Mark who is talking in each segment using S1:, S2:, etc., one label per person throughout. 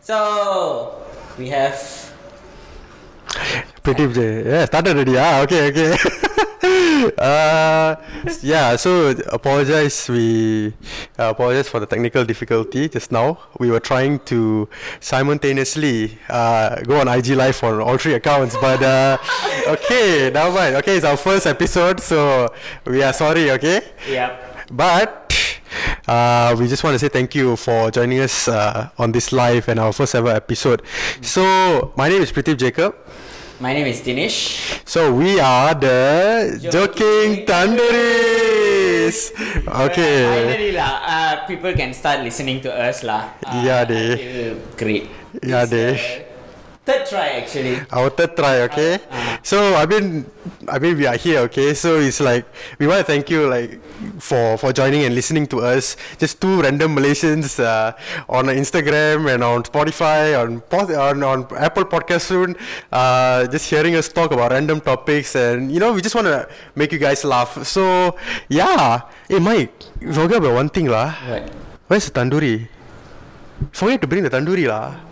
S1: So we have
S2: Pretty je. Yeah, started already. Ah, okay, okay. uh, yeah. So apologize. We uh, apologize for the technical difficulty just now. We were trying to simultaneously uh, go on IG live for all three accounts, but uh, okay, never mind. Okay, it's our first episode, so we are sorry. Okay.
S1: Yep.
S2: But uh, we just want to say thank you for joining us uh, on this live and our first ever episode. So, my name is Pratip Jacob.
S1: My name is Dinesh.
S2: So, we are the Joking
S1: Joking
S2: Tandoris. Okay.
S1: Finally lah, uh, people can start listening to us lah. Uh,
S2: Yeah, they-
S1: I feel Great.
S2: Yeah,
S1: It's,
S2: they-
S1: uh, Third try actually.
S2: Our third try, okay. So I mean, I mean we are here, okay. So it's like we want to thank you, like for for joining and listening to us. Just two random Malaysians uh, on Instagram and on Spotify, on pod- on, on Apple Podcast soon. Uh, just hearing us talk about random topics, and you know we just want to make you guys laugh. So yeah, hey Mike, forget about one thing lah.
S1: What?
S2: Where's the tandoori? Forget to bring the tandoori lah.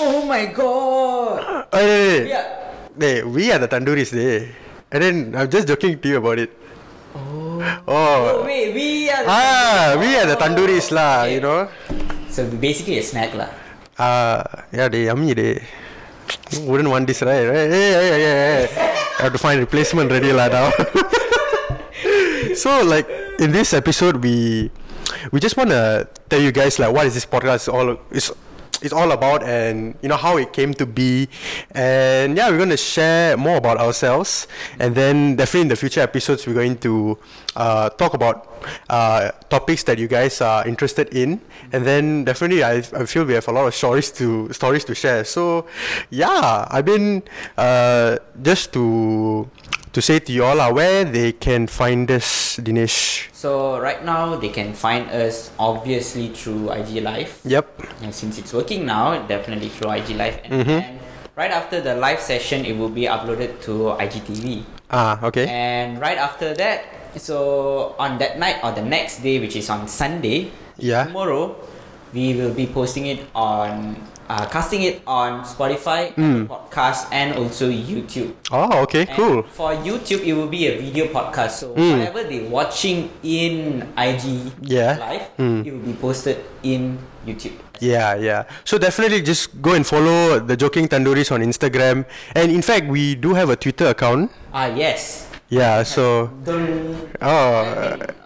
S1: Oh my god.
S2: Wait, wait, wait.
S1: Yeah.
S2: Hey, we are the Tanduris day. And then I'm just joking to you about it. Oh.
S1: Oh wait, we are. the-
S2: Ah, we are the Tanduris lah,
S1: Okay.
S2: you know.
S1: So basically a snack lah.
S2: Ah, yeah, they yummy they. Wouldn't want this, right? Right? Hey, hey, hey, hey, hey. I have to find replacement ready lah now. so like in this episode we we just want to tell you guys like what is this podcast all it's it's all about and you know how it came to be and yeah we're going to share more about ourselves and then definitely in the future episodes we're going to uh, talk about uh, topics that you guys are interested in and then definitely I, I feel we have a lot of stories to stories to share so yeah i mean uh, just to to say to you all uh, where they can find us, Dinesh.
S1: So right now they can find us obviously through IG Live.
S2: Yep.
S1: And since it's working now, definitely through IG Live.
S2: Mm-hmm.
S1: And, and right after the live session, it will be uploaded to IGTV.
S2: Ah, okay.
S1: And right after that, so on that night or the next day, which is on Sunday,
S2: Yeah.
S1: tomorrow, we will be posting it on, uh, casting it on Spotify, podcast, and also YouTube.
S2: oh, okay,
S1: And
S2: Mm. cool. Mm.
S1: For YouTube, it will be a video podcast. So whatever they're watching in IG
S2: Yeah. Mm.
S1: live, it will be posted in YouTube.
S2: Yeah, yeah. So definitely just go and follow the Joking Tanduris on Instagram. And in fact, we do have a Twitter account.
S1: Ah yes.
S2: Yeah, so.
S1: Don't.
S2: Oh.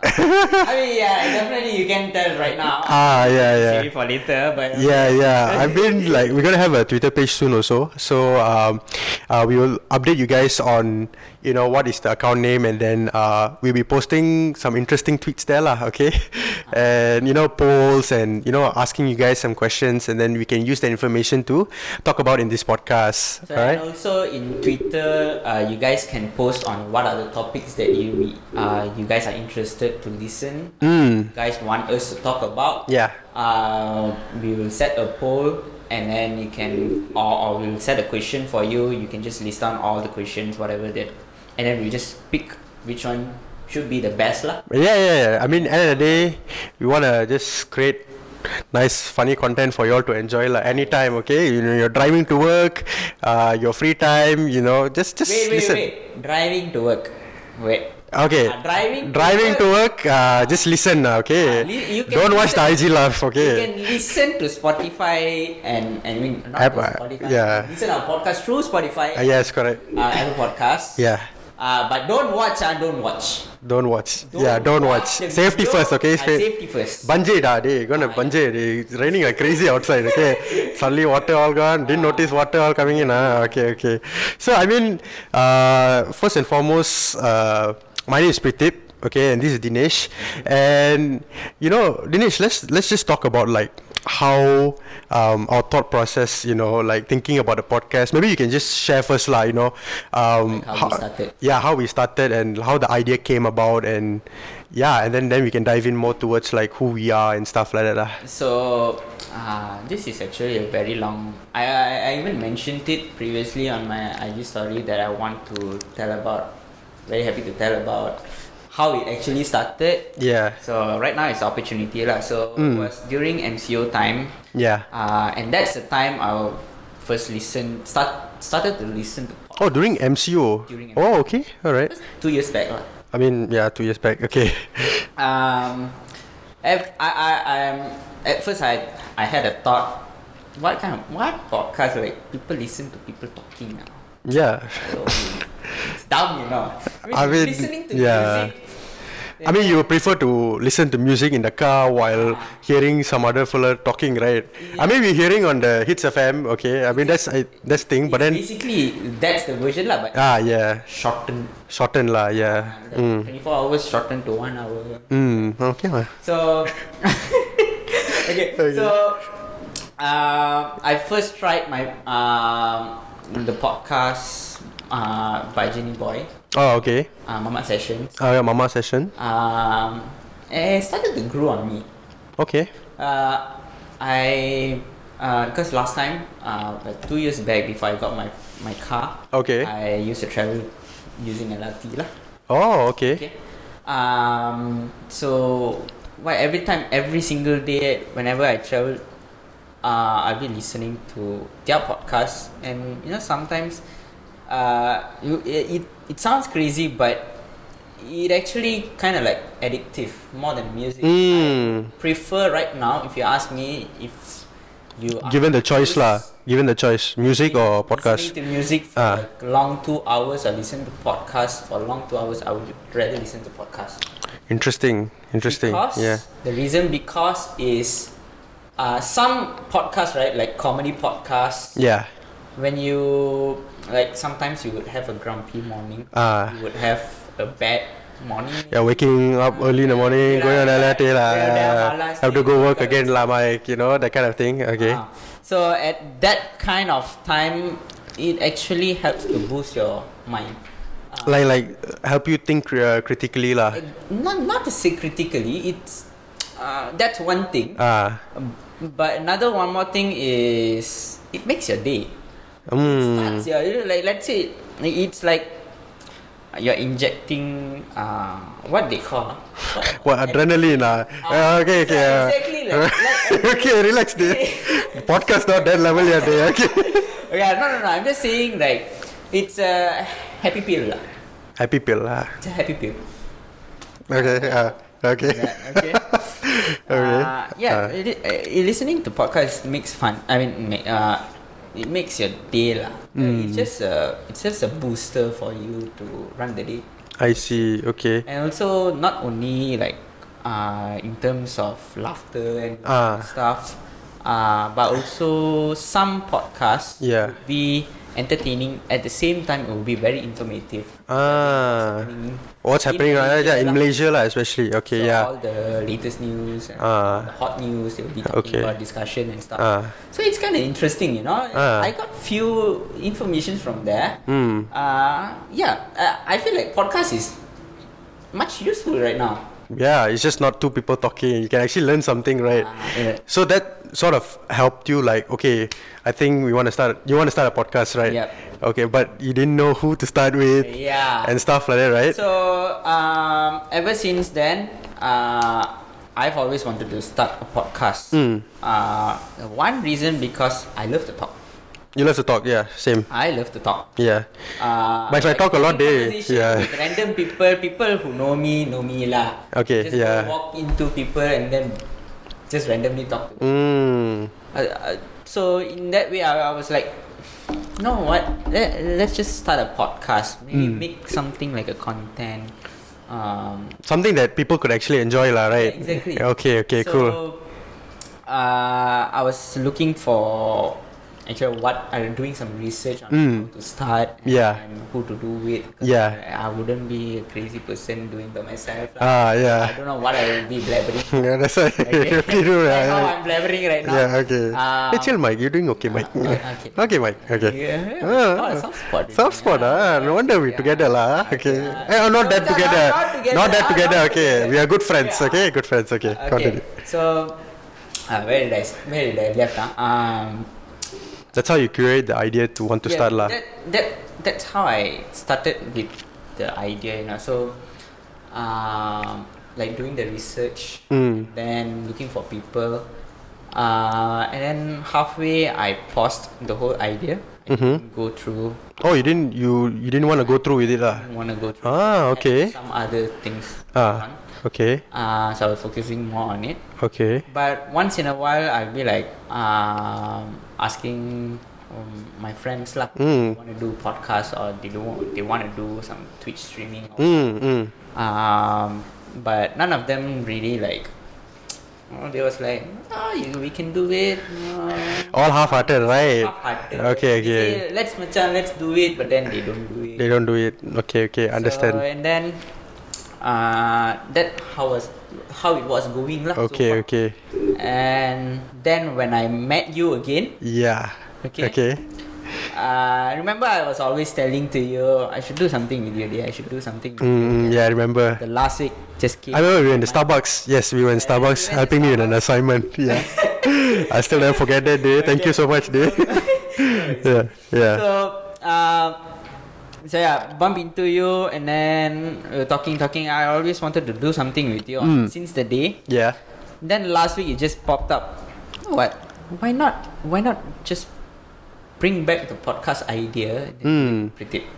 S1: I mean, yeah, definitely you can tell right now.
S2: Ah, yeah,
S1: Maybe
S2: yeah.
S1: for later, but
S2: Yeah, yeah. I mean, like, we're gonna have a Twitter page soon, also. So, um, uh, we will update you guys on, you know, what is the account name, and then uh, we'll be posting some interesting tweets there, lah. Okay, and you know, polls, and you know, asking you guys some questions, and then we can use that information to talk about in this podcast.
S1: So,
S2: all right?
S1: And also in Twitter, uh, you guys can post on what are the topics that you uh, you guys are interested to listen. You guys want us to talk about?
S2: Mm, Yeah.
S1: Uh, we will set a poll, and then you can, or, or we'll set a question for you. You can just list down all the questions, whatever that, and then we just pick which one should be the best lah.
S2: Yeah, yeah, yeah. I mean, end of the day, we wanna just create nice, funny content for y'all to enjoy like anytime. Okay, you know, you're driving to work, uh, your free time. You know, just just
S1: Wait, wait,
S2: listen.
S1: wait. Driving to work. Wait.
S2: Okay.
S1: Ah, driving to
S2: Driving to work. uh, just listen. uh,
S1: Ah,
S2: Okay.
S1: li- you can
S2: Don't watch the
S1: listen-
S2: IG live.
S1: You
S2: Okay.
S1: can listen to Spotify and, and I mean not
S2: App,
S1: to
S2: uh,
S1: Spotify.
S2: yeah.
S1: Listen our podcast through Spotify,
S2: Ah, yes, correct.
S1: uh, Apple Podcasts.
S2: Yeah.
S1: Uh, but don't watch and don't watch.
S2: Don't watch. yeah, don't watch.
S1: the
S2: Safety
S1: video.
S2: first. Okay.
S1: Uh, safety first.
S2: Bungee da day, gonna bungee. day. It's raining like crazy outside. Okay, suddenly water all gone. Didn't notice water all coming in. Ah, okay, okay. So I mean, uh, first and foremost, uh, my name is Pritip. Okay, and this is Dinesh. And you know, Dinesh, let's let's just talk about like how um, our thought process. You know, like thinking about the podcast. Maybe you can just share first, lah. You know, um,
S1: Like how we started.
S2: yeah, how we started and how the idea came about, and yeah, and then then we can dive in more towards like who we are and stuff like that. lah.
S1: So uh, this is actually a very long. I, I I even mentioned it previously on my IG story that I want to tell about. Very happy to tell about how it actually started.
S2: Yeah,
S1: So right now it's opportunity lah. So
S2: Mm.
S1: it was during MCO time,
S2: yeah.
S1: uh, and that's the time I first listen start started to listen to
S2: Oh, during MCO.
S1: During
S2: Oh, okay, all right.
S1: two years back lah.
S2: I mean, yeah, two years back. Okay.
S1: um, ev- I, I, I'm, at first I, I had a thought, what kind of, what podcast, like, people listen to people talking now?
S2: Yeah.
S1: So, it's dumb, you know.
S2: I mean,
S1: listening to
S2: yeah.
S1: music,
S2: I mean, you prefer to listen to music in the car while hearing some other fella talking, right? I mean, we're hearing on the Hits FM, okay. I mean, that's I, that's thing, but
S1: it's
S2: then
S1: basically, that's the version, lah, but
S2: ah, yeah,
S1: shortened.
S2: shorten lah, yeah.
S1: like, 24 hours shortened to 1 hour.
S2: Mm, okay lah.
S1: So, okay,
S2: Okay.
S1: so um, I first tried my um, the podcast uh, by Jenny Boy,
S2: Oh, okay.
S1: uh, Mama Sessions.
S2: Uh, mama session.
S1: Um, and it started to grow on me.
S2: Okay.
S1: Uh, I because last time, uh, like two years back, before I got my my car,
S2: Okay.
S1: I used to travel using LRT lah.
S2: Oh, okay.
S1: Okay. Um, so why every time, every single day, whenever I travel, uh, I'll be listening to their podcast, and you know sometimes, uh, you, it, it it sounds crazy, but it actually kind of like addictive more than music.
S2: Mm.
S1: Prefer right now, if you ask me, if you are
S2: Given the choice lah, given the choice, music or podcast.
S1: Listening to music for
S2: Ah.
S1: like long two hours, or listen to podcast for long two hours. I would rather listen to podcast.
S2: Interesting. Interesting.
S1: Because
S2: Yeah.
S1: the reason because is uh, some podcasts, right? Like comedy podcasts.
S2: Yeah.
S1: When you like sometimes you would have a grumpy morning.
S2: Ah.
S1: You would have a bad morning.
S2: Yeah, waking up early in the morning, going on LRT lah.
S1: Yeah.
S2: Have to go work again lah, Mike. You know that kind of thing. Okay.
S1: Ah. so at that kind of time, it actually helps to boost your mind. Uh,
S2: like like uh, help you think cri- uh, critically lah.
S1: not not to say critically, it's uh, that's one thing.
S2: Ah,
S1: Um, but another one more thing is it makes your day.
S2: mm,
S1: starts, yeah, you know, like let's say like, it's like uh, you're injecting uh, what they call what-
S2: what adrenaline lah.
S1: Ah,
S2: Uh, okay,
S1: it's
S2: okay.
S1: like
S2: uh,
S1: exactly like, like
S2: okay, relax, dear. Podcast not that level yet, dear. Okay.
S1: yeah, no, no, no. I'm just saying like it's a happy pill. lah.
S2: Happy pill lah.
S1: It's a happy pill.
S2: Okay. Uh, okay.
S1: Yeah, okay.
S2: okay.
S1: Uh, yeah, li- uh, listening to podcast makes fun. I mean, ma- uh, it makes your day lah. Uh, It's just a it's just a booster for you to run the day.
S2: I see. Okay.
S1: And also not only like uh, in terms of laughter and
S2: Ah.
S1: stuff, uh, but also some podcasts
S2: Yeah.
S1: would be entertaining at the same time it will be very informative.
S2: Ah,
S1: Happening
S2: what's
S1: in
S2: happening right?
S1: Malaysia
S2: Yeah, in
S1: lah.
S2: Malaysia lah, especially.
S1: So
S2: Okay. Yeah.
S1: all the latest news and
S2: Ah.
S1: the hot news they'll be talking
S2: Okay.
S1: about discussion and stuff.
S2: Ah.
S1: So it's kinda interesting, you know.
S2: Ah.
S1: I got few information from there.
S2: Hmm.
S1: Uh yeah. Uh, I feel like podcast is much useful right now.
S2: Yeah. It's just not two people talking. You can actually learn something, right?
S1: Ah, Yeah.
S2: So that sort of helped you, like, okay, I think we want to start. You want to start a podcast, right?
S1: Yep.
S2: Okay, but you didn't know who to start with.
S1: Yeah.
S2: And stuff like that, right?
S1: So um, ever since then, uh, I've always wanted to start a podcast.
S2: Hmm.
S1: Uh, one reason because I love to talk.
S2: you love to talk, yeah. Same,
S1: I love to talk.
S2: yeah.
S1: Uh,
S2: But if I talk a lot, they-
S1: conversation
S2: yeah.
S1: with random people, people who know me know me lah.
S2: Okay,
S1: Just go
S2: yeah.
S1: walk into people and then just randomly talk to. Them.
S2: Mm.
S1: Uh, uh, so in that way, I, I was like, you know what? Let, let's just start a podcast. Maybe
S2: Hmm.
S1: make something like a content. Um,
S2: Something that people could actually enjoy, lah, right?
S1: Yeah, exactly.
S2: Okay, okay,
S1: so,
S2: cool.
S1: Uh, I was looking for actually what I'm doing some research on
S2: Mm.
S1: how to start and,
S2: Yeah.
S1: who to do with. 'cause
S2: Yeah.
S1: I, I wouldn't be a crazy person doing by myself. lah.
S2: Ah,
S1: I
S2: yeah.
S1: don't know what I will be blabbering.
S2: yeah, that's why
S1: Okay.
S2: you do,
S1: That's how
S2: yeah.
S1: I'm blabbering right now.
S2: Yeah, okay.
S1: Uh,
S2: hey, chill, Mike. You're doing okay, Mike.
S1: okay.
S2: okay, Mike. Okay.
S1: Yeah,
S2: Ah,
S1: oh, soft spot.
S2: Soft spot, ah. No wonder we
S1: Yeah.
S2: together, lah. ah. Okay.
S1: Yeah.
S2: Eh, oh, not
S1: No,
S2: that
S1: no, no,
S2: together.
S1: not together,
S2: Not that
S1: ah,
S2: together.
S1: not
S2: Okay,
S1: together.
S2: we are good friends.
S1: Yeah.
S2: Okay, good friends. Okay,
S1: Okay,
S2: continue.
S1: so uh, where did I s- where did I left? Huh? Um,
S2: That's how you curate the idea to want to
S1: yeah,
S2: start, lah.
S1: That, that that's how I started with the idea, you know. So, um, like doing the research,
S2: Mm.
S1: then looking for people, uh, and then halfway I paused the whole idea. I
S2: Mm-hmm.
S1: didn't Go through.
S2: Oh, you didn't you you didn't want to go through with it, lah.
S1: I want to go through. I had
S2: Ah, okay.
S1: Some other things.
S2: Ah,
S1: on.
S2: okay,
S1: Uh, so I was focusing more on it.
S2: okay.
S1: But once in a while, I'll be like um, asking um, my friends like,
S2: Mm.
S1: want to do podcasts or they don't, they want to do some Twitch streaming.
S2: Mm, mm.
S1: Um, but none of them really like. Oh, they was like, oh, you, we can do it. Uh,
S2: All half-hearted, right?
S1: half-hearted."
S2: Okay,
S1: They
S2: okay.
S1: say, let's macam let's do it, but then they don't do it.
S2: They don't do it. Okay, okay, understand.
S1: So, and then, uh, that how was how it was going lah. so
S2: okay,
S1: far.
S2: okay.
S1: And then when I met you again,
S2: Yeah.
S1: Okay.
S2: Okay.
S1: uh, remember I was always telling to you, I should do something with you, dear. I should do something. with you."
S2: Mm, yeah, I remember.
S1: The last week just came.
S2: I remember we were in the Starbucks. Yes, we were in Starbucks
S1: went to
S2: helping me with an assignment. Yeah. I still never forget that day. Thank you so much, day. yeah, yeah.
S1: So, uh, so yeah, bump into you, and then we were talking, talking. I always wanted to do something with you
S2: Mm.
S1: since the day.
S2: Yeah.
S1: Then last week it just popped up. What? Why not? Why not just bring back the podcast idea?
S2: Mm.
S1: Pretty.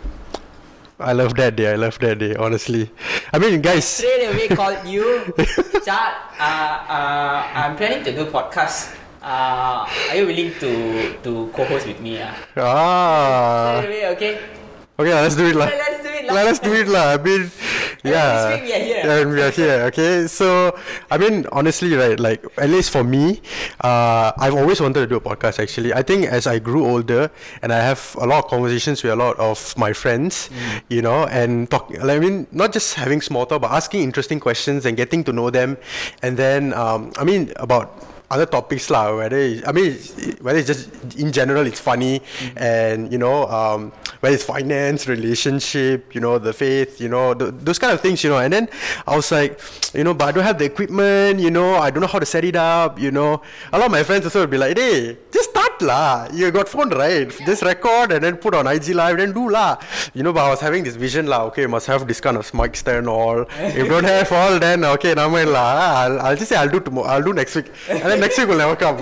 S2: I love that day. I love that day, honestly. I mean, guys.
S1: straight away called you. Chad, uh, uh, I'm planning to do podcast. Uh, are you willing to to co-host with me? Uh?
S2: Ah.
S1: straight away, okay.
S2: Okay, let's do it. lah.
S1: Let's do it lah.
S2: Lah, Let's do it. lah. I mean, yeah.
S1: this week we are here.
S2: Yeah, we are here. Okay, so I mean, honestly, right? Like, at least for me, uh, I've always wanted to do a podcast. Actually, I think as I grew older, and I have a lot of conversations with a lot of my friends,
S1: Mm.
S2: you know, and talk. I mean, not just having small talk, but asking interesting questions and getting to know them, and then um, I mean about other topics lah. Whether it, I mean, it's- whether it's just in general, it's funny,
S1: Mm.
S2: and you know, um, whether it's finance, relationship, you know, the faith, you know, th- those kind of things, you know. And then I was like, you know, but I don't have the equipment, you know, I don't know how to set it up, you know. A lot of my friends also would be like, hey, just start lah. You got phone right? Just record and then put on IG live, then do lah. You know, but I was having this vision lah. Okay, must have this kind of mic stand all. if don't have all, then okay, now lah. I'll, I'll just say I'll do tomorrow. I'll do next week, and then next week will never come.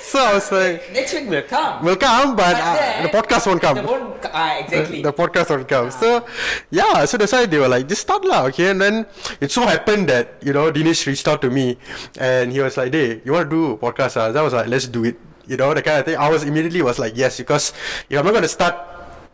S2: So I was like,
S1: Next week will come.
S2: will come, but, uh, the podcast won't come.
S1: The won't, c- ah, exactly.
S2: The podcast won't come. So, yeah, so that's why they were like, just start lah, okay? And then it so happened that, you know, Dinesh reached out to me and he was like, hey, you want to do a podcast? Ah? I was like, let's do it. You know, the kind of thing. I was immediately was like, yes, because if I'm not going to start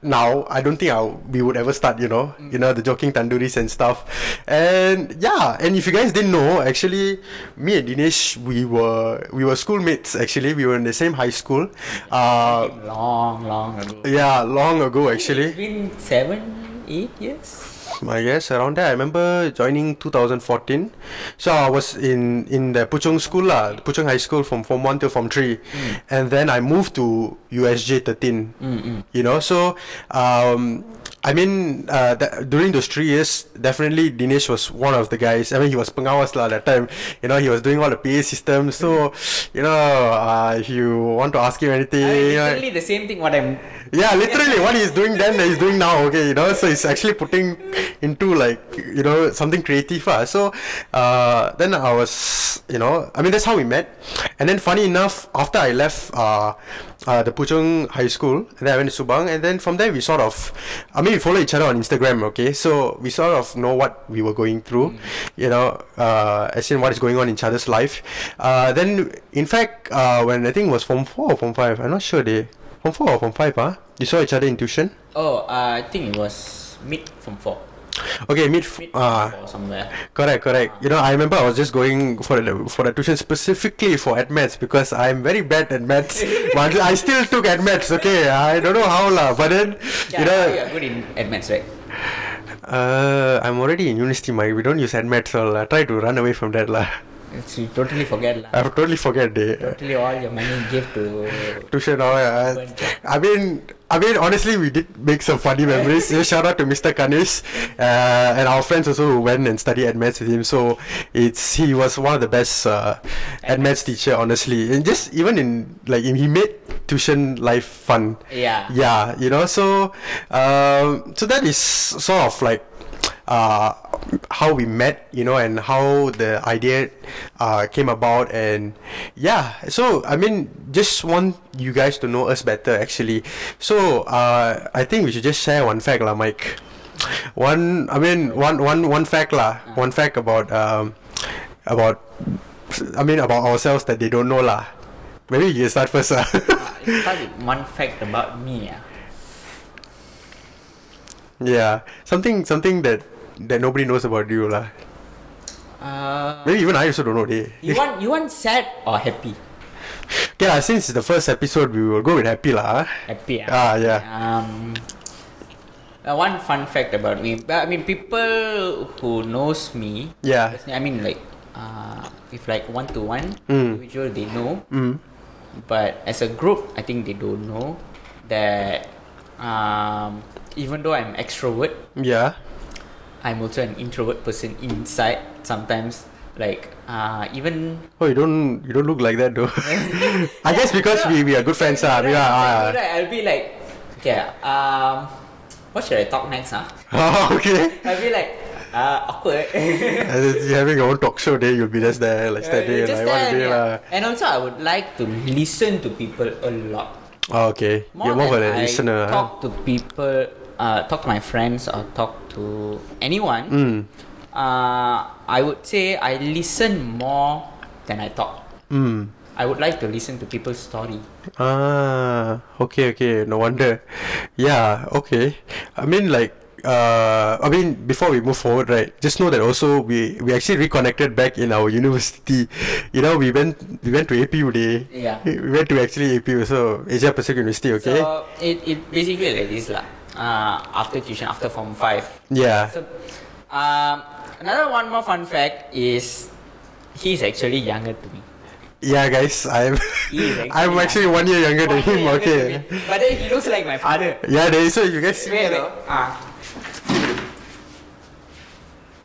S2: now, I don't think I we would ever start, you know, you know, the joking tanduris and stuff. And yeah, and if you guys didn't know, actually, me and Dinesh, we were, we were schoolmates, actually. We were in the same high school. Uh,
S1: long, long ago.
S2: yeah, long ago actually.
S1: It's been seven, eight years.
S2: I guess around there. I remember joining 2014. So I was in in the Puchong school lah, Puchong High School from form one till form three, and then I moved to USJ 13. You know, so um, I mean uh, that, during those three years, definitely Dinesh was one of the guys. I mean, he was pengawas lah that time. You know, he was doing all the PA systems. So you know, uh, if you want to ask him anything,
S1: I mean,
S2: like-
S1: literally the same thing what I'm.
S2: yeah, literally, what he's doing then, he's doing now. Okay, you know, so he's actually putting into like you know something creative. Ah. so uh, then I was, you know, I mean that's how we met. And then funny enough, after I left uh, uh, the Puchong High School, and then I went to Subang, and then from there we sort of, I mean, we follow each other on Instagram. Okay, so we sort of know what we were going through, you know, uh, as in what is going on in each other's life. Uh, then in fact, uh, when I think it was from four or from five, I'm not sure they. From four or from five, huh? You saw each other in tuition?
S1: Oh, uh, I think it was mid from four.
S2: Okay, mid. f-
S1: Mid
S2: Uh,
S1: or somewhere.
S2: Correct, correct. You know, I remember I was just going for the for the tuition specifically for admets because I'm very bad at maths. but I still took admets. Okay, I don't know how lah. But then,
S1: Yeah,
S2: you
S1: you
S2: know,
S1: are good in admins, right?
S2: uh, I'm already in university. My we don't use admets, so I try to run away from that lah.
S1: It's, you totally forget lah.
S2: I totally forget the uh,
S1: Totally all your money you give to
S2: tuition. All uh, I mean. I mean, honestly, we did make some funny memories. So shout out to Mr. Kanish uh, and our friends also who went and studied admets with him. So it's he was one of the best uh, admets teacher, honestly. And just even in like he made tuition life fun.
S1: Yeah.
S2: Yeah, you know. So um, so that is sort of like uh, how we met, you know, and how the idea uh, came about, and yeah. So I mean, just want you guys to know us better, actually. So uh, I think we should just share one fact, lah, Mike. One, I mean, one, one, one fact, lah. One fact about um, about, I mean, about ourselves that they don't know, lah. Maybe you can start first, lah.
S1: Start with one fact about me. ah.
S2: yeah, something, something that that nobody knows about you, lah.
S1: Uh,
S2: Maybe even I also don't know. They.
S1: you want you want sad or happy?
S2: Okay, lah, since it's the first episode, we will go with happy lah. ah.
S1: Happy.
S2: Ah, yeah.
S1: Um, uh, one fun fact about me. but I mean, people who knows me.
S2: Yeah.
S1: personally, I mean, like, uh, if like one to one
S2: Mm.
S1: individual, they know.
S2: Mm.
S1: But as a group, I think they don't know that. Um, even though I'm extrovert,
S2: Yeah.
S1: I'm also an introvert person inside. Sometimes, like, uh, even
S2: Oh, you don't you don't look like that though. I guess because we, we are good friends, ah.
S1: Right,
S2: We
S1: exactly
S2: are.
S1: right. I'll be like, okay, um, what should I talk next, huh?
S2: ah. okay.
S1: I'll be like, uh, awkward.
S2: As if You're having your own talk show day. You'll be just there, like standing,
S1: Just
S2: like what
S1: that,
S2: day
S1: yeah.
S2: lah.
S1: And also, I would like to listen to people a lot.
S2: Oh, okay. You're more of
S1: than
S2: a
S1: I
S2: listener. ah.
S1: talk to people, uh, talk to my friends or talk to anyone.
S2: Hmm.
S1: Uh, I would say I listen more than I talk.
S2: Mm.
S1: I would like to listen to people's story.
S2: Ah, okay, okay. No wonder. Yeah, okay. I mean, like, uh, I mean, before we move forward, right? Just know that also we we actually reconnected back in our university. You know, we went we went to APU day.
S1: Yeah.
S2: We went to actually APU, so Asia Pacific University. Okay.
S1: So it, it basically like this lah. Uh, after tuition, after form five.
S2: yeah.
S1: So, um, another one more fun fact is he's actually younger to me.
S2: yeah, guys. I'm
S1: He is actually
S2: I'm
S1: young.
S2: actually one year younger than
S1: E, One year younger
S2: him. okay.
S1: to me. But then he looks like my father.
S2: Yeah, there is. So you guys. see
S1: Wait,
S2: that?
S1: wait. Ah.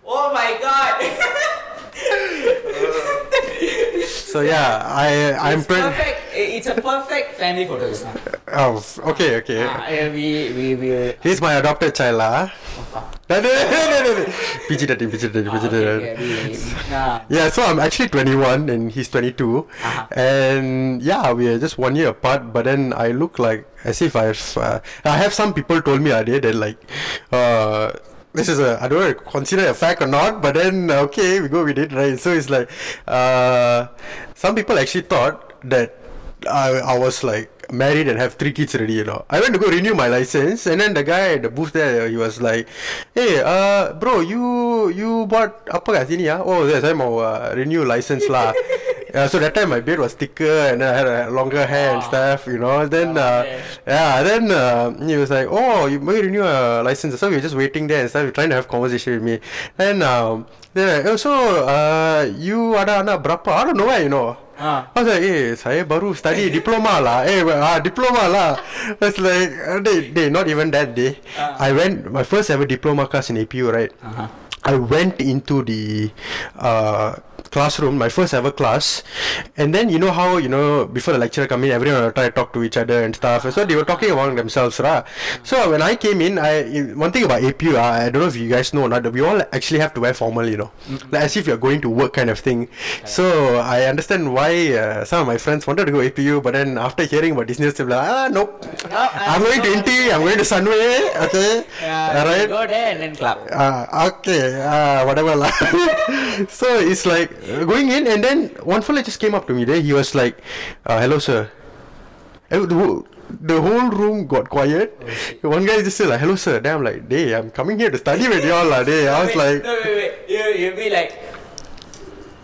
S1: Oh my god!
S2: So yeah, I I'm
S1: it's
S2: pretty.
S1: perfect. It's a perfect family photo. it's not.
S2: Oh, f- okay, okay.
S1: Ah, uh, we we will. Oh,
S2: He's my adopted child, ah. lah.
S1: fuck.
S2: No, no, no, no, no, no. PG thirteen, PG thirteen,
S1: Ah,
S2: PG
S1: okay,
S2: thirteen.
S1: okay, we- nah.
S2: Yeah, so I'm actually 21 and he's 22,
S1: Uh-huh.
S2: and yeah, we are just one year apart. But then I look like as if I've. Uh, I have some people told me earlier that like, uh, this is a I don't know consider it a fact or not. But then uh, okay, we go with it, right? So it's like, uh, some people actually thought that I I was like married and have three kids already, you know. I went to go renew my license and then the guy at the booth there he was like, Hey, uh bro, you you bought apa kat sini ah? Oh yes, I mau uh, renew license lah. Yeah, so that time my beard was thicker and then I had a longer hair and
S1: Ah.
S2: stuff, you know. Then
S1: Ah,
S2: uh,
S1: okay.
S2: yeah, then uh, he was like, "Oh, you may renew a license." So we were just waiting there and started trying to have conversation with me. Then um, then oh, so uh, you ada anak berapa? I don't know where you know.
S1: Ah.
S2: I was like, eh, saya baru study diploma lah. Eh, well, ah, diploma lah. I was like, uh, they, they, not even that day. I went, my first ever diploma class in APU, right?
S1: Uh-huh.
S2: I went into the uh, classroom, my first ever class, and then you know how you know before the lecturer come in, everyone will try to talk to each other and stuff. So they were talking among themselves, right? So when I came in, I one thing about APU, ah, I, I don't know if you guys know or not, we all actually have to wear formal, you know, like as if you're going to work kind of thing. So I understand why uh, some of my friends wanted to go APU, but then after hearing about Disney, they were like, ah, nope, I'm going to NT, I'm going to Sunway, okay,
S1: Yeah,
S2: all right.
S1: Go there and then clap.
S2: Ah, okay, ah, whatever lah. so it's like uh, going in, "Ah, and then one fella just came up to me. There, he was like, uh, "Hello, sir." Eh, who- the whole room got quiet. One guy just said like, "Hello, sir." Then I'm like, "Day, I'm coming here to study with y'all, lah." Day, I was
S1: wait,
S2: like,
S1: no, wait, wait. You, you'll be like,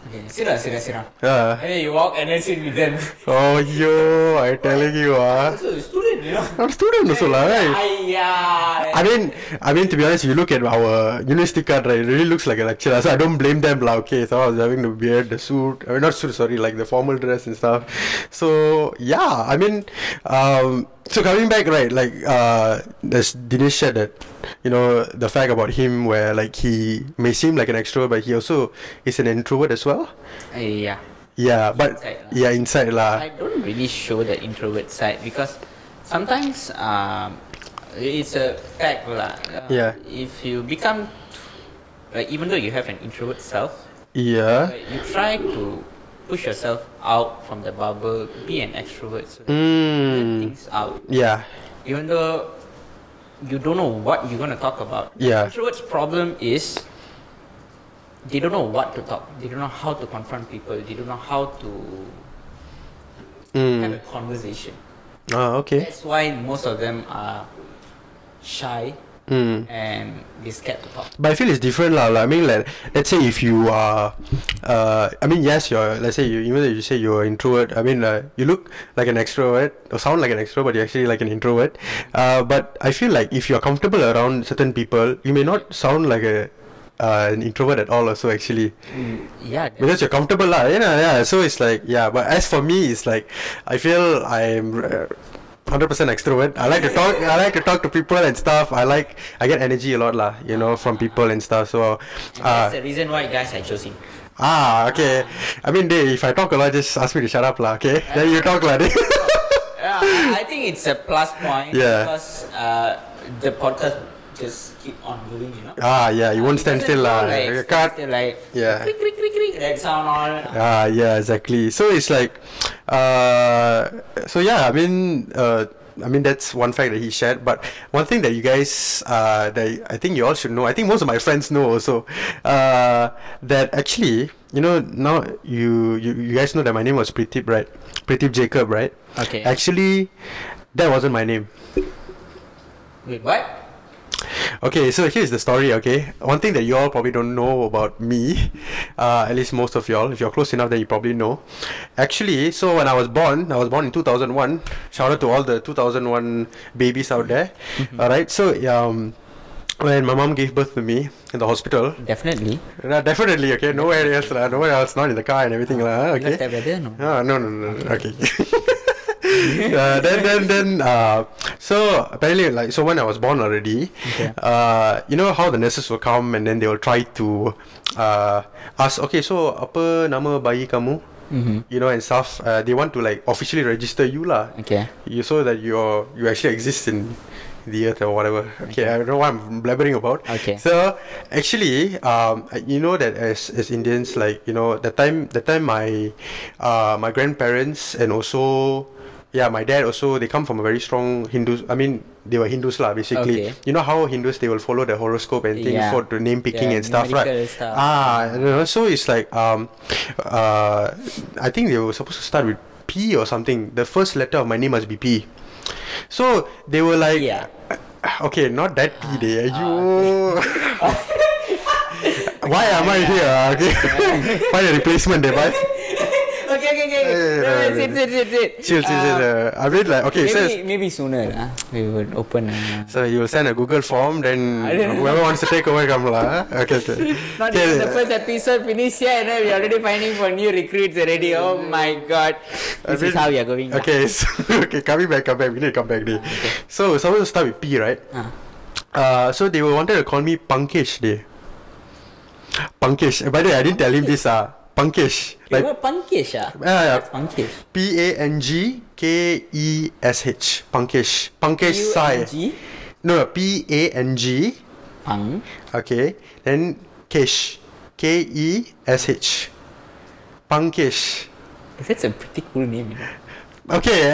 S1: okay, sit down, sit down, sit down.
S2: uh,
S1: And then you walk and then sit with them.
S2: "Oh, yo, I telling you, ah,
S1: So a student, you know.
S2: I'm a student also, lah, right?"
S1: Aiyah.
S2: I mean, I mean to be honest, if you look at our university card, right? It really looks like a lecturer. So I don't blame them, lah. Okay, so I was having the beard, the suit. I mean, not suit, sorry, like the formal dress and stuff. So yeah, I mean, um, so coming back, right? Like, uh, this Dinesh said that, you know, the fact about him where like he may seem like an extrovert, but he also is an introvert as well.
S1: Aiyah.
S2: Yeah, but
S1: Inside lah.
S2: yeah, inside lah.
S1: I don't really show the introvert side because sometimes um, it's a fact lah. Uh,
S2: Yeah.
S1: If you become, like, even though you have an introvert self,
S2: Yeah.
S1: but you try to push yourself out from the bubble, be an extrovert, so that
S2: Mm.
S1: things out.
S2: Yeah.
S1: Even though you don't know what you're gonna talk about.
S2: Yeah.
S1: Introverts' problem is they don't know what to talk. They don't know how to confront people. They don't know how to have
S2: Mm.
S1: a conversation.
S2: Oh, okay.
S1: That's why most of them are shy
S2: Mm.
S1: and they're scared to talk.
S2: But I feel it's different lah. Like, I mean, like, let's say if you are, uh, I mean, yes, you're. Let's say you, even though you say you're introvert, I mean, uh, you look like an extrovert or sound like an extrovert, but you're actually like an introvert. Uh, but I feel like if you're comfortable around certain people, you may not sound like a uh, an introvert at all. Also, actually,
S1: Yeah. that-
S2: because you're comfortable lah. You know, yeah. So it's like, yeah. But as for me, it's like, I feel I'm. Uh, 100% extrovert. I like to talk. I like to talk to people and stuff. I like. I get energy a lot lah. You know, from people and stuff.
S1: and
S2: So,
S1: that's the
S2: uh,
S1: reason why guys are choosing.
S2: ah, okay. I mean, they, if I talk a lot, just ask me to shut up lah. Okay. Then you talk lah. dey.
S1: Yeah, Uh, I- I think it's a plus point
S2: Yeah.
S1: because uh, the podcast just keep on moving, you know.
S2: ah, yeah. You won't stand still lah.
S1: Like,
S2: Cut.
S1: Still like
S2: Yeah.
S1: Click, click, click, click. That sound all.
S2: Ah, yeah, exactly. So it's like, uh, so yeah, I mean, uh, I mean that's one fact that he shared. But one thing that you guys, uh, that I think you all should know, I think most of my friends know also, uh, that actually, you know, now you you, you guys know that my name was Pritip, right? Pritip Jacob, right?
S1: Okay.
S2: Actually, that wasn't my name.
S1: Wait, what?
S2: Okay, so here's the story, okay? One thing that you all probably don't know about me, uh, at least most of y'all, if you're close enough, then you probably know. Actually, so when I was born, I was born in 2001. Shout out to all the 2001 babies out there. Alright, so um, when my mom gave birth to me in the hospital,
S1: Definitely.
S2: uh, definitely, okay, nowhere else, lah, nowhere else, not in the car and everything, lah, okay?
S1: no.
S2: Ah, no, no, no, no. Okay. uh, then, then, then. Uh, so apparently, like, so when I was born already,
S1: Okay.
S2: uh, you know how the nurses will come and then they will try to uh, ask, okay, so apa nama bayi kamu?
S1: Mhm.
S2: You know and stuff. Uh, they want to like officially register you lah.
S1: Okay.
S2: You so that you're you actually exist in the earth or whatever. Okay, I don't know what I'm blabbering about.
S1: Okay.
S2: So actually, um, you know that as, as Indians, like you know, the time the time my uh, my grandparents and also yeah, my dad also they come from a very strong Hindus. I mean, they were Hindus lah, basically.
S1: Okay.
S2: You know how Hindus they will follow the horoscope and things
S1: Yeah.
S2: for the name picking
S1: Yeah,
S2: and stuff, right?
S1: numerical stuff.
S2: Ah, you know, so it's like um, uh, I think they were supposed to start with P or something. The first letter of my name must be P. So they were like,
S1: Yeah. Ah,
S2: okay, not that P day. you? Why am I here? ah? Okay, find a replacement there, but
S1: Okay, okay, okay.
S2: Eh,
S1: No, no,
S2: no, no,
S1: sit,
S2: no.
S1: sit, sit, sit.
S2: chill, chill,
S1: Um,
S2: chill. uh, I mean, like, okay, so,
S1: Maybe, maybe sooner lah. we would open uh, a
S2: so you will send a Google form, then
S1: I don't know.
S2: whoever wants to take over, come lah. ah. Okay, so,
S1: Not even the first episode finished here and then we're already finding for new recruits already. Oh my god.
S2: I
S1: This is
S2: mean-
S1: how we are going. now.
S2: Okay, so, okay, coming back, come back. We need to come back. Day. So it's supposed to start with P, right?
S1: Ah.
S2: Uh, so they were wanted to call me Punkish Day. Punkish. By the way, I didn't tell him this. Ah, Punkish.
S1: Like, what
S2: Like
S1: Pankesh ah?
S2: yeah, yeah.
S1: What's Pankesh?
S2: P A N G K E S H. Punkish. Punkish Sai.
S1: P-U-N-G?
S2: No, no, P A N G.
S1: Pang.
S2: Okay. Then Kish. K E S H. Punkish.
S1: That's a pretty cool name. You know?
S2: Okay.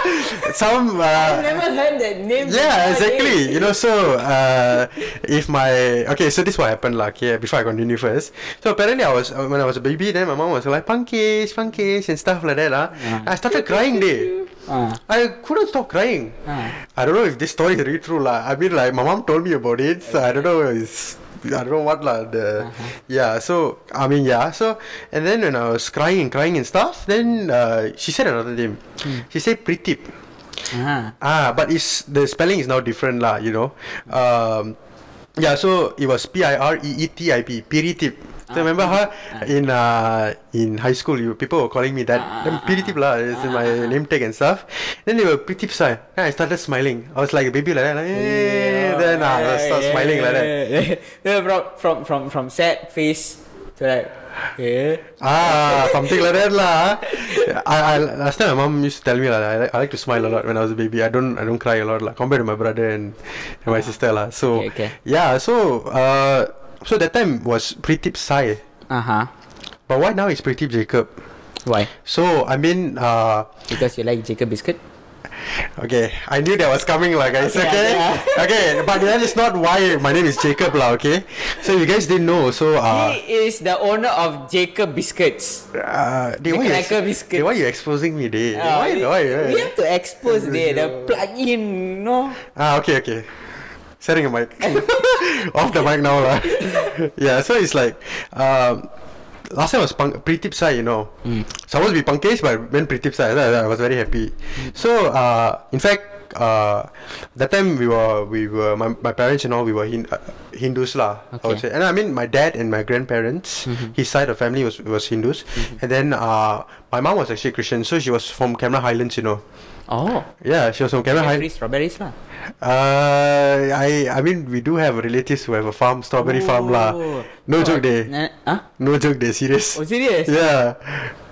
S2: Some. Uh,
S1: I've never heard that name.
S2: Yeah,
S1: before,
S2: exactly.
S1: eh?
S2: You know, so uh, if my okay, so this what happened, like yeah. Before I continue first, so apparently I was uh, when I was a baby, then my mom was like punkish, punkish, and stuff like that, lah. I ah. started crying day.
S1: Uh,
S2: I couldn't stop crying.
S1: uh.
S2: I don't know if this story is really true lah. I mean, like my mom told me about it, so I don't know. It's I don't know what lah. The yeah. So I mean, yeah. So and then when I was crying and crying and stuff, then uh, she said another name. She said Pritip.
S1: Uh-huh.
S2: Ah, but it's the spelling is now different lah. You know. Um, yeah. So it was P I R E E T I P. Piritip. So
S1: Ah,
S2: remember her
S1: E
S2: in uh, in high school, you people were calling me that.
S1: Ah,
S2: Then
S1: ah, ah,
S2: Piritip lah, it's in my name tag and stuff. Then they were Piritip sai. Then I started smiling. I was like a baby like that. Like, "Eh," Then I started smiling like that.
S1: that. from, from from from sad face to like yeah.
S2: Ah, something like that lah. ah. I, I last time my mom used to tell me lah. I, like- I like to smile a lot when I was a baby. I don't I don't cry a lot lah compared to my brother and, and my sister lah. So
S1: Ah. Okay, okay.
S2: yeah, so uh, so that time was Pritip Sai,
S1: Uh huh.
S2: but why now it's Pritip Jacob?
S1: Why?
S2: So I mean, uh,
S1: Because you like Jacob biscuit.
S2: okay, I knew that was coming lah, guys.
S1: Okay,
S2: Okay,
S1: yeah.
S2: okay, but that is not why my name is Jacob lah. Okay, so you guys didn't know. So uh,
S1: he is the owner of Jacob Biscuits.
S2: uh, they, why you ex-
S1: Jacob biscuits.
S2: they, why you exposing me, they?
S1: Uh,
S2: why,
S1: we,
S2: why,
S1: we have to expose the, the plug-in, no?
S2: Ah, okay, okay. Setting a mic. Off the mic now, lah. yeah, so it's like, um, last time was punk, pre-tip side, you know. Supposed to be punk case, but when pre-tip side, I, I was very happy. So, uh, in fact, uh, that time we were, we were, my, my parents and all, we were hin- uh, Hindus lah, I would
S1: Okay.
S2: say. And I mean, my dad and my grandparents, his side of family was, was Hindus. And then, uh, my mom was actually Christian, so she was from Cameron Highlands, you know.
S1: Oh.
S2: Yeah, she was from Cameron Highlands.
S1: Free strawberries lah.
S2: Uh, I I mean we do have relatives who have a farm, strawberry farm lah.
S1: Oh.
S2: No joke day.
S1: Nah, huh?
S2: No joke day. Serious.
S1: Oh, serious?
S2: Yeah. We-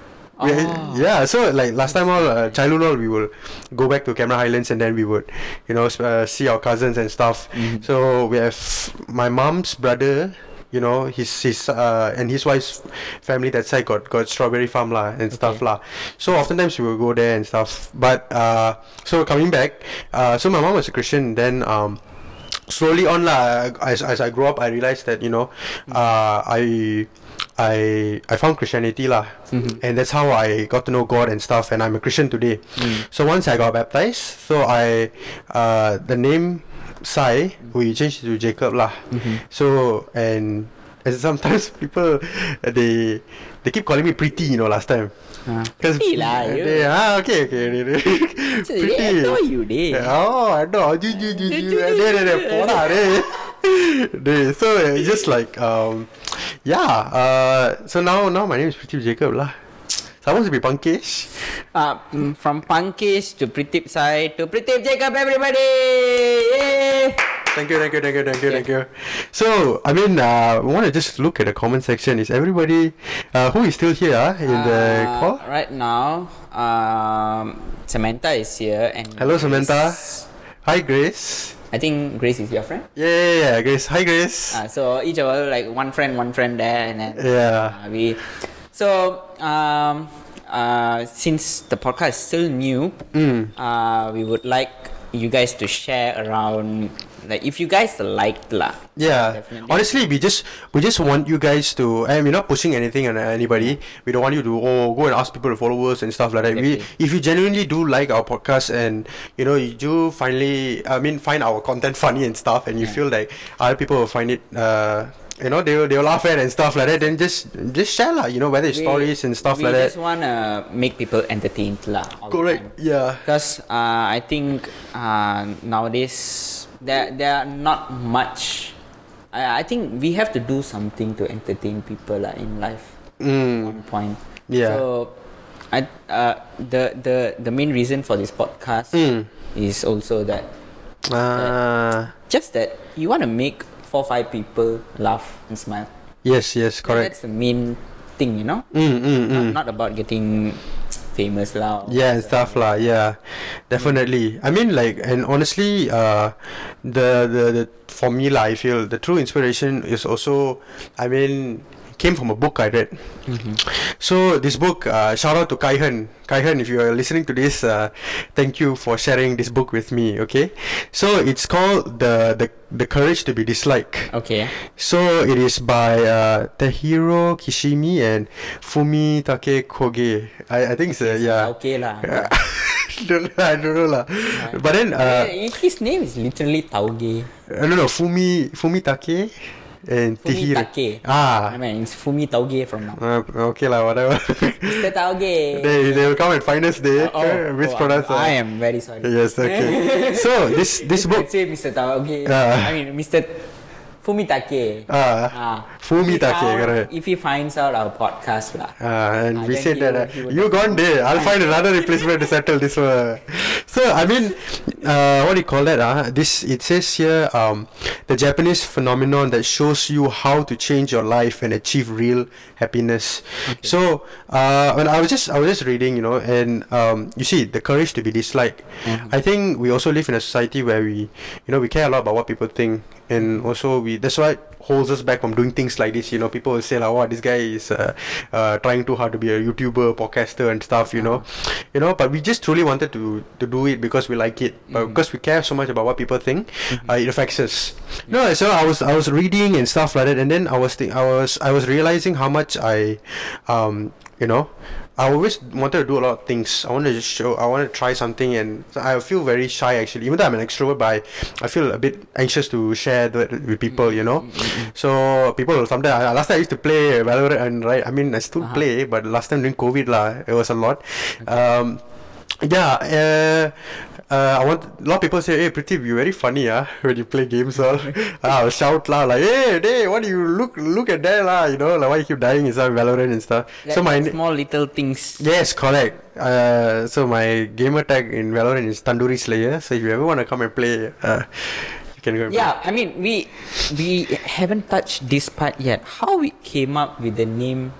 S1: Oh.
S2: Yeah, so like last time all uh, childhood all we would go back to Cameron Highlands and then we would, you know, s- uh, see our cousins and stuff. So we have my mom's brother, you know, his his uh, and his wife's family that side got got strawberry farm lah and stuff lah. So oftentimes we would go there and stuff. But uh, so coming back, uh, so my mom was a Christian. Then um, slowly on lah as, as I grew up I realized that you know uh, I I I found Christianity lah and that's how I got to know God and stuff and I'm a Christian today so once I got baptized so I uh, the name Sai we changed it to Jacob lah so and and sometimes people uh, they they keep calling me pretty you know last time
S1: Uh,
S2: because
S1: Pretty lah, you.
S2: they, ah okay okay
S1: Pretty.
S2: pretty
S1: know you did.
S2: Oh, I know. You, you, you, you. Dey, dey, dey, போடா, dey. Dey, so it's just like um, yeah. Uh, so now now my name is Pritip Jacob lah. Supposed to be punkish.
S1: Uh, mm, from Punkish to Pritip side to Pritip Jacob, everybody! Yay!
S2: Thank you, thank you, thank you, thank you, thank you. So I mean, uh, we want to just look at the comment section. Is everybody uh, who is still here ah, in the
S1: Uh,
S2: call?
S1: Right now, um, Samantha is here and
S2: Hello, Samantha.
S1: Grace-
S2: Hi, Grace.
S1: I think Grace is your friend.
S2: Yeah, yeah, yeah, Grace. Hi, Grace.
S1: Uh, so each of us like one friend, one friend there, and then
S2: yeah.
S1: uh, we. So um, uh, since the podcast is still new,
S2: Mm.
S1: uh, we would like you guys to share around like if you guys liked lah.
S2: Yeah,
S1: Definitely.
S2: honestly, we just we just want you guys to, and we're not pushing anything on anybody. We don't want you to oh go and ask people to follow us and stuff like that. We,
S1: Exactly.
S2: if you genuinely do like our podcast and you know you do finally, I mean, find our content funny and stuff, and you feel like other people will find it, uh, you know, they will they will laugh at and stuff like that. Then just just share lah, you know, whether it's
S1: We-
S2: stories and stuff
S1: we
S2: like that.
S1: just wanna make people entertained lah. all the time.
S2: Correct. Yeah.
S1: Because uh, I think uh, nowadays there there are not much. I, I think we have to do something to entertain people uh, in life. at One point.
S2: Mm. Yeah.
S1: So, I uh, the the the main reason for this podcast
S2: Mm.
S1: is also that
S2: Uh,
S1: just that you want to make four five people laugh and smile.
S2: yes. Yes. Correct.
S1: That's the main thing, you know.
S2: Mm, mm, mm.
S1: Not, not about getting famous lah. or
S2: yeah and stuff lah yeah definitely i mean like and honestly uh the, the the for me lah i feel the true inspiration is also i mean came from a book i read so this book uh, shout out to kaihan kaihan if you are listening to this uh, thank you for sharing this book with me okay so it's called the the, the courage to be disliked
S1: Okay.
S2: so it is by uh, Tahiro Kishimi and Fumi Take Koge. I, I think it's uh, yeah.
S1: Okay lah.
S2: Yeah. don't, I don't know lah. But then
S1: Uh,
S2: uh,
S1: his name is literally Tauge.
S2: I don't know Fumi Fumi Take and
S1: Fumi
S2: Tihir.
S1: Take. I
S2: Ah,
S1: mean, it's Fumi Tauge from now.
S2: uh, okay lah, whatever.
S1: Mr. Tauge. Oh,
S2: they they will come and find us there. uh, mispronounce.
S1: I, I
S2: uh,
S1: am very sorry.
S2: Yes, okay. so this this book
S1: Let's say Mr. Tauge.
S2: Ah.
S1: I mean, Mr. Fumitake.
S2: ah
S1: Ah.
S2: Fumitake,
S1: If our-
S2: correct.
S1: If he finds out our podcast lah.
S2: Ah,
S1: I
S2: and we
S1: think
S2: said
S1: he
S2: that
S1: would-
S2: uh,
S1: he would-
S2: you gone there. I'll find another replacement to settle this one. So I mean, uh, what do you call that? Uh, this it says here um, the Japanese phenomenon that shows you how to change your life and achieve real happiness. So uh, when I was just I was just reading, you know, and um, you see the courage to be disliked.
S1: Mm-hmm.
S2: I think we also live in a society where we, you know, we care a lot about what people think, and also we that's why holds us back from doing things like this. You know, people will say like, "Wow, this guy is uh, uh, trying too hard to be a YouTuber, podcaster, and stuff." You know, you know. But we just truly wanted to to do it because we like it, but because we care so much about what people think, uh, it affects us. No, so I was I was reading and stuff like that, and then I was think I was I was realizing how much I, um, you know, I always wanted to do a lot of things. I want to just show. I want to try something, and so I feel very shy actually. Even though I'm an extrovert, but I, I feel a bit anxious to share that with people. You know, so people will sometimes. I, last time I used to play Valorant, and right. I mean, I still play, but last time during COVID lah, it was a lot. Um, yeah, uh, uh, I want a lot of people say, "Hey, Prithip, you're very funny, ah, when you play games." All I'll shout loud like, "Hey, hey, what do you look look at that, lah? You know, like why you keep dying is Valorant and stuff."
S1: Like
S2: so my
S1: small little things.
S2: Yes, correct. Uh, so my gamer tag in Valorant is Tandoori Slayer. So if you ever want to come and play, uh, you can go. And
S1: Yeah, I mean we we haven't touched this part yet. How we came up with the name,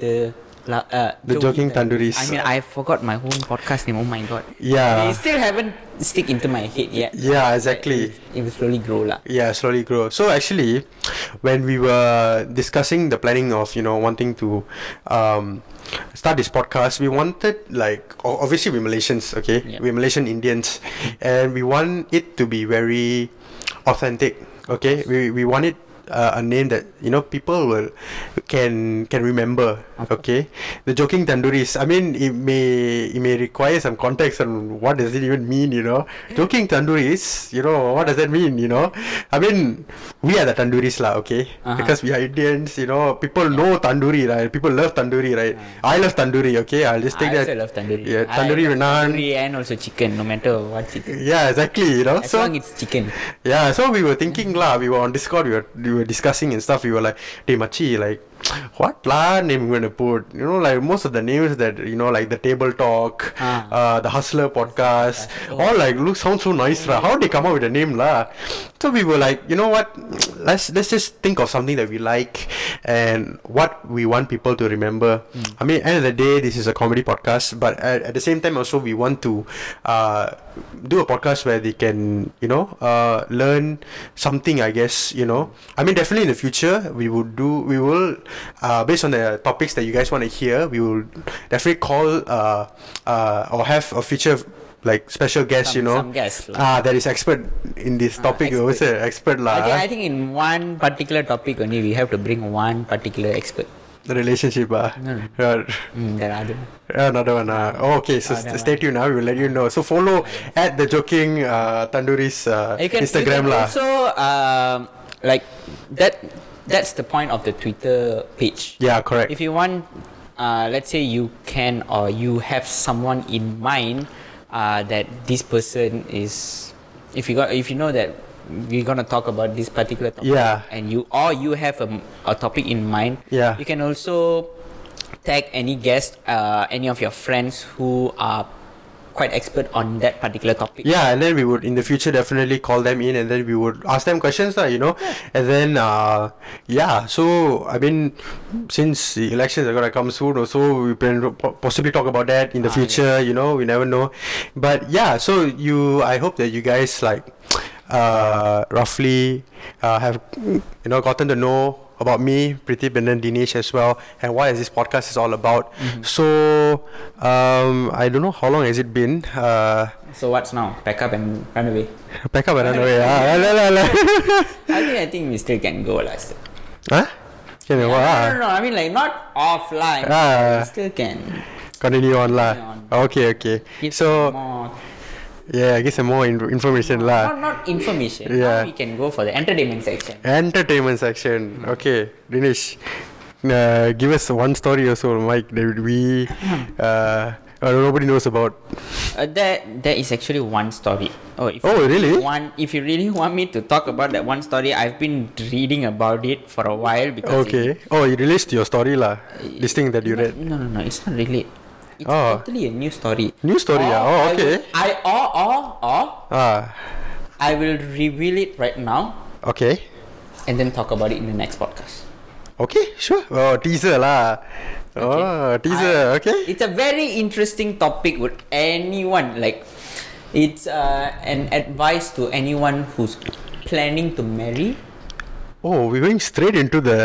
S1: the la- uh,
S2: The Joking Tandoori's.
S1: I mean, I forgot my own podcast name. Oh my god.
S2: Yeah.
S1: They still haven't stick into my head yet.
S2: Play. Yeah, exactly.
S1: It will slowly grow lah.
S2: Yeah, slowly grow. So actually, when we were discussing the planning of you know wanting to um, start this podcast, we wanted like o- obviously we're Malaysians, okay,
S1: Yeah.
S2: we're Malaysian Indians, and we want it to be very authentic. Okay, we we want it. Uh, a name that you know people will can can remember okay the joking tandoori's i mean it may it may require some context on what does it even mean you know joking tandoori's you know what does that mean you know i mean we are the tandoori's lah okay
S1: Uh-huh.
S2: because we are indians you know people know tandoori right people love tandoori right i love tandoori okay i'll just
S1: I
S2: take that
S1: also love tandoori.
S2: yeah
S1: I
S2: tandoori
S1: love
S2: naan
S1: tandoori and also chicken, no matter what chicken.
S2: yeah exactly you know
S1: As
S2: so
S1: long it's chicken.
S2: yeah, so we were thinking lah. We were on Discord. We were we were discussing and stuff. We were like, "Hey, Machi, like, what lah name we're gonna put? You know, like most of the names that you know, like the Table Talk,
S1: Ah.
S2: uh, the Hustler podcast, all like look sound so nice lah. How they come up with a name lah? So we were like, you know what? Let's let's just think of something that we like and what we want people to remember.
S1: Hmm.
S2: I mean, end of the day, this is a comedy podcast, but at, at the same time also we want to uh, do a podcast where they can you know uh, learn something i guess you know i mean definitely in the future we would do we will uh, based on the topics that you guys want to hear we will definitely call uh, uh, or have a future like special guest
S1: Some-
S2: you know
S1: some guest lah.
S2: ah that is expert in this topic you always say expert lah
S1: I think,
S2: ah.
S1: I think in one particular topic only we have to bring one particular expert.
S2: the relationship ah.
S1: Hmm.
S2: Yeah.
S1: Mm, there are other.
S2: Another one. Uh, oh, okay, so
S1: Another
S2: st- stay tuned. Now we will let you know. So follow at the joking uh, Tandoori's uh,
S1: you can,
S2: Instagram
S1: you can
S2: lah.
S1: also um, like that that's the point of the twitter page
S2: Yeah, correct.
S1: if you want uh, let's say you can or you have someone in mind uh, that this person is if you got if you know that we're gonna talk about this particular topic
S2: Yeah.
S1: and you or you have a, a topic in mind
S2: Yeah.
S1: you can also tag any guest uh, any of your friends who are quite expert on that particular topic
S2: Yeah, and then we would in the future definitely call them in, and then we would ask them questions, lah, you know. And then, uh, yeah. So I mean, since the elections are gonna come soon, also we can po- possibly talk about that in the future. You know, we never know. But yeah, so you, I hope that you guys like, uh, roughly, uh, have you know gotten to know about me, Pritip, and then Dinesh as well, and what is this podcast is all about. So um, I don't know how long has it been. Uh,
S1: so what's now pack up and run away
S2: Pack up and run away. Ah, la, la, la.
S1: I think I think we still can go last.
S2: huh? Can you
S1: No, no,
S2: ah, what?
S1: no, no, I mean like not offline.
S2: Ah.
S1: we still can.
S2: Continue on lah.
S1: Continue
S2: Okay, okay.
S1: Give
S2: so
S1: more,
S2: yeah, give some more in- information lah.
S1: not, not information.
S2: Yeah.
S1: Now we can go for the entertainment section.
S2: Entertainment section.
S1: Mm.
S2: Okay, Dinesh, uh, give us one story or so, Mike, that we
S1: Hmm.
S2: uh, uh, nobody knows about.
S1: Uh, there, there is actually one story. Oh, if
S2: Oh, really?
S1: One, if you really want me to talk about that one story, I've been reading about it for a while because it-
S2: Okay. Oh, you released your story lah. This thing that you
S1: no,
S2: read.
S1: No, no, no. It's not really. It's
S2: Oh.
S1: totally a new story.
S2: New story.
S1: I
S2: ah. Oh,
S1: will-
S2: okay.
S1: I or or or
S2: Ah,
S1: I will reveal it right now
S2: okay.
S1: and then talk about it in the next podcast.
S2: Okay, sure. Oh, teaser lah. Oh,
S1: I-
S2: teaser. okay.
S1: It's a very interesting topic with anyone. Like, it's uh, an advice to anyone who's planning to marry.
S2: Oh, we're going straight
S1: Ah,
S2: into the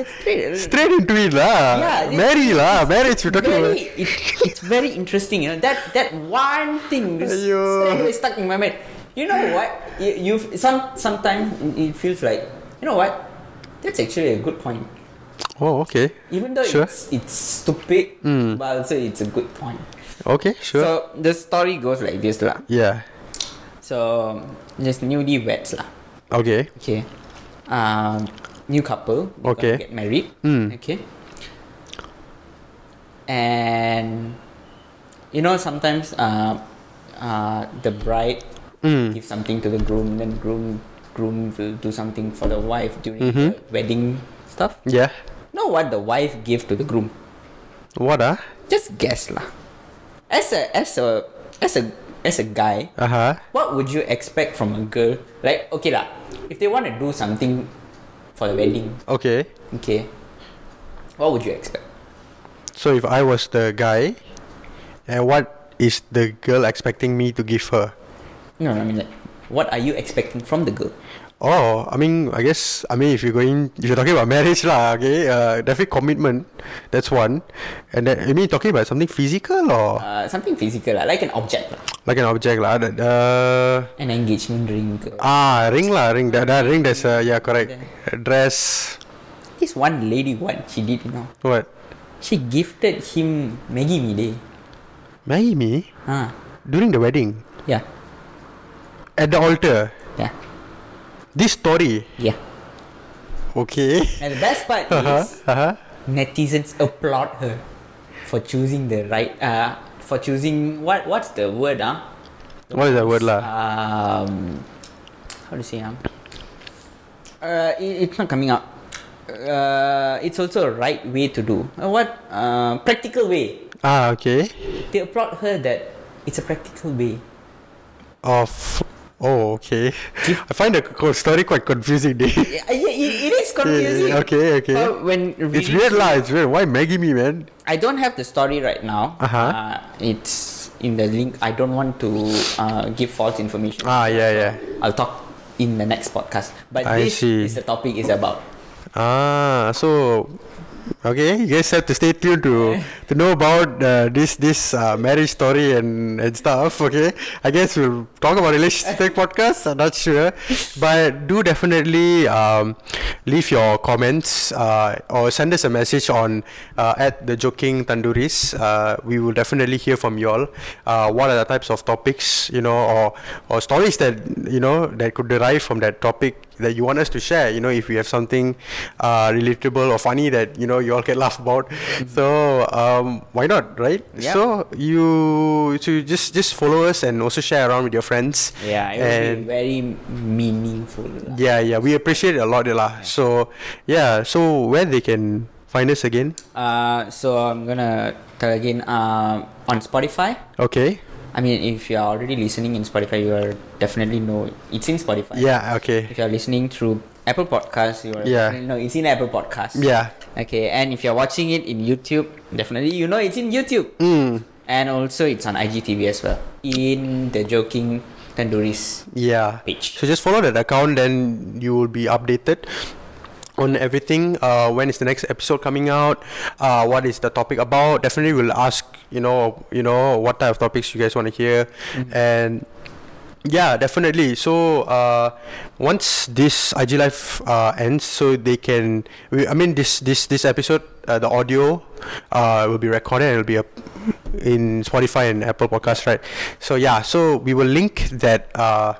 S1: that's great.
S2: Uh, straight into it lah.
S1: Yeah, it's-
S2: marry lah. Marriage. We're talking
S1: very,
S2: about.
S1: it, it's very interesting. You know that that one thing is
S2: Aiyo.
S1: straight away stuck in my mind. You know what? You you've, some sometimes it feels like you know what? That's actually a good point.
S2: Oh, okay.
S1: Even though
S2: Sure.
S1: it's it's stupid, but also it's a good point.
S2: Okay, sure.
S1: So the story goes like this lah.
S2: yeah.
S1: So just newly weds lah.
S2: Okay.
S1: Okay. Um, new couple. they're
S2: Okay.
S1: gonna Get married.
S2: Mm.
S1: Okay. And you know sometimes uh, uh, the bride
S2: Mm.
S1: gives something to the groom, then groom groom will do something for the wife during the wedding stuff.
S2: Yeah.
S1: Know what the wife gave to the groom?
S2: What ah?
S1: Just guess lah. As a as a as a as a guy,
S2: Uh huh.
S1: what would you expect from a girl? Like, okay lah, if they want to do something for the wedding,
S2: Okay.
S1: okay, what would you expect?
S2: So if I was the guy, and what is the girl expecting me to give her?
S1: No, I mean like, what are you expecting from the girl?
S2: Oh, I mean, I guess, I mean, if you're going, if you're talking about marriage, lah, okay, uh, definitely commitment. That's one. And then, I mean, talking about something physical or
S1: Uh, something physical lah, like an object lah.
S2: like an object, lah. that, Uh,
S1: an engagement ring. or-
S2: ah, ring, lah, ring. That, that ring. That's uh, yeah, correct. Dress.
S1: This one lady, what she did, you know,
S2: What?
S1: she gifted him Maggie Mide.
S2: Marry me
S1: Huh?
S2: during the wedding
S1: Yeah,
S2: at the altar.
S1: yeah,
S2: This story.
S1: yeah.
S2: Okay.
S1: And the best part
S2: Uh huh.
S1: is
S2: Uh huh.
S1: netizens applaud her for choosing the right, uh, for choosing what? What's the word? ah? Huh?
S2: What is that word, lah?
S1: um, how do you say um, uh, it, it's not coming up uh, it's also a right way to do uh, what uh, practical way
S2: Ah, okay.
S1: they applaud her that it's a practical way Uh,
S2: Of. Oh, okay. I find the co- story quite confusing. Dave.
S1: yeah, yeah, it, it is confusing
S2: okay, okay.
S1: But when
S2: It's
S1: reading-
S2: weird, lah. It's weird. Why Maggie me, man?
S1: I don't have the story right now
S2: Uh-huh.
S1: Uh, it's in the link I don't want to uh, give false information
S2: Ah, yeah, yeah.
S1: I'll talk in the next podcast but
S2: I
S1: this
S2: see.
S1: is the topic is about
S2: Ah, so okay, you guys have to stay tuned to to know about uh, this this uh, marriage story and and stuff. Okay, I guess we'll talk about relationship podcast. I'm not sure, but do definitely um, leave your comments uh, or send us a message on uh, at the joking tanduris. Uh, we will definitely hear from you all. Uh, what are the types of topics you know or or stories that you know that could derive from that topic that you want us to share you know if we have something uh, relatable or funny that you know you all can laugh about so um, why not right
S1: Mm-hmm. Yeah.
S2: so you so you just just follow us and also share around with your friends
S1: Yeah, it
S2: and
S1: would be very meaningful. lah.
S2: yeah yeah we appreciate it a lot lah so yeah so where they can find us again
S1: Uh, so I'm gonna tell again uh, on Spotify.
S2: okay
S1: I mean, if you're already listening in Spotify, you are definitely know it's in Spotify.
S2: yeah okay
S1: If you're listening through Apple Podcasts, you are
S2: Yeah.
S1: definitely know it's in Apple Podcasts.
S2: yeah
S1: Okay, and if you're watching it in YouTube, definitely you know it's in YouTube.
S2: mm,
S1: And also it's on IGTV as well. In the joking tandoori's
S2: yeah
S1: page.
S2: So just follow that account, then you will be updated on everything. Uh, when is the next episode coming out? Uh, what is the topic about? Definitely, we'll ask. You know, you know what type of topics you guys want to hear, and yeah, definitely. So uh, once this IG life uh, ends, so they can. We, I mean, this this this episode, uh, the audio, uh, will be recorded and it'll be up in Spotify and Apple Podcasts, right? So yeah, so we will link that uh,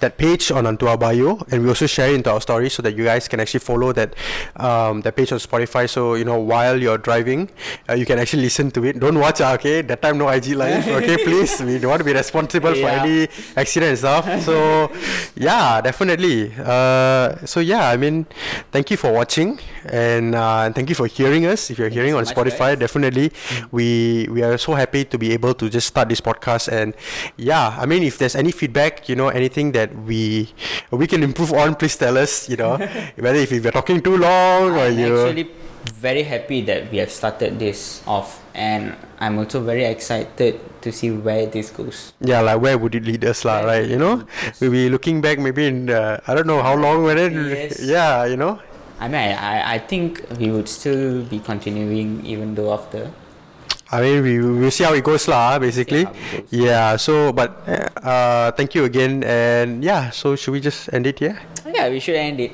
S2: that page on onto our bio, and we also share it into our story so that you guys can actually follow that um, that page on Spotify. So you know while you're driving, uh, you can actually listen to it. Don't watch, uh, okay? That time no IG live, okay? Please, we don't want to be responsible
S3: Yeah.
S2: for any accident and stuff. ah. So yeah, definitely. Uh, so yeah, I mean, thank you for watching, and uh, thank you for hearing us. If you're hearing on
S1: so much,
S2: Spotify,
S1: guys. Mm.
S2: definitely we we are so happy to be able to just start this podcast and yeah i mean if there's any feedback you know anything that we we can improve on please tell us you know whether if we're talking too long or
S1: I'm
S2: you
S1: actually very happy that we have started this off, and I'm also very excited to see where this goes.
S2: yeah like where would it lead us lah,
S1: Where
S2: right you know we'll be looking back maybe in uh, i don't know how long whether
S1: Yes.
S2: yeah you know
S1: I mean, I, I, I think we would still be continuing even though after.
S2: I mean, we we'll see how it goes, lah. Basically,
S1: how it goes.
S2: yeah. So, but eh, uh, thank you again, and yeah. So, should we just end it here?
S1: Yeah, we should end it.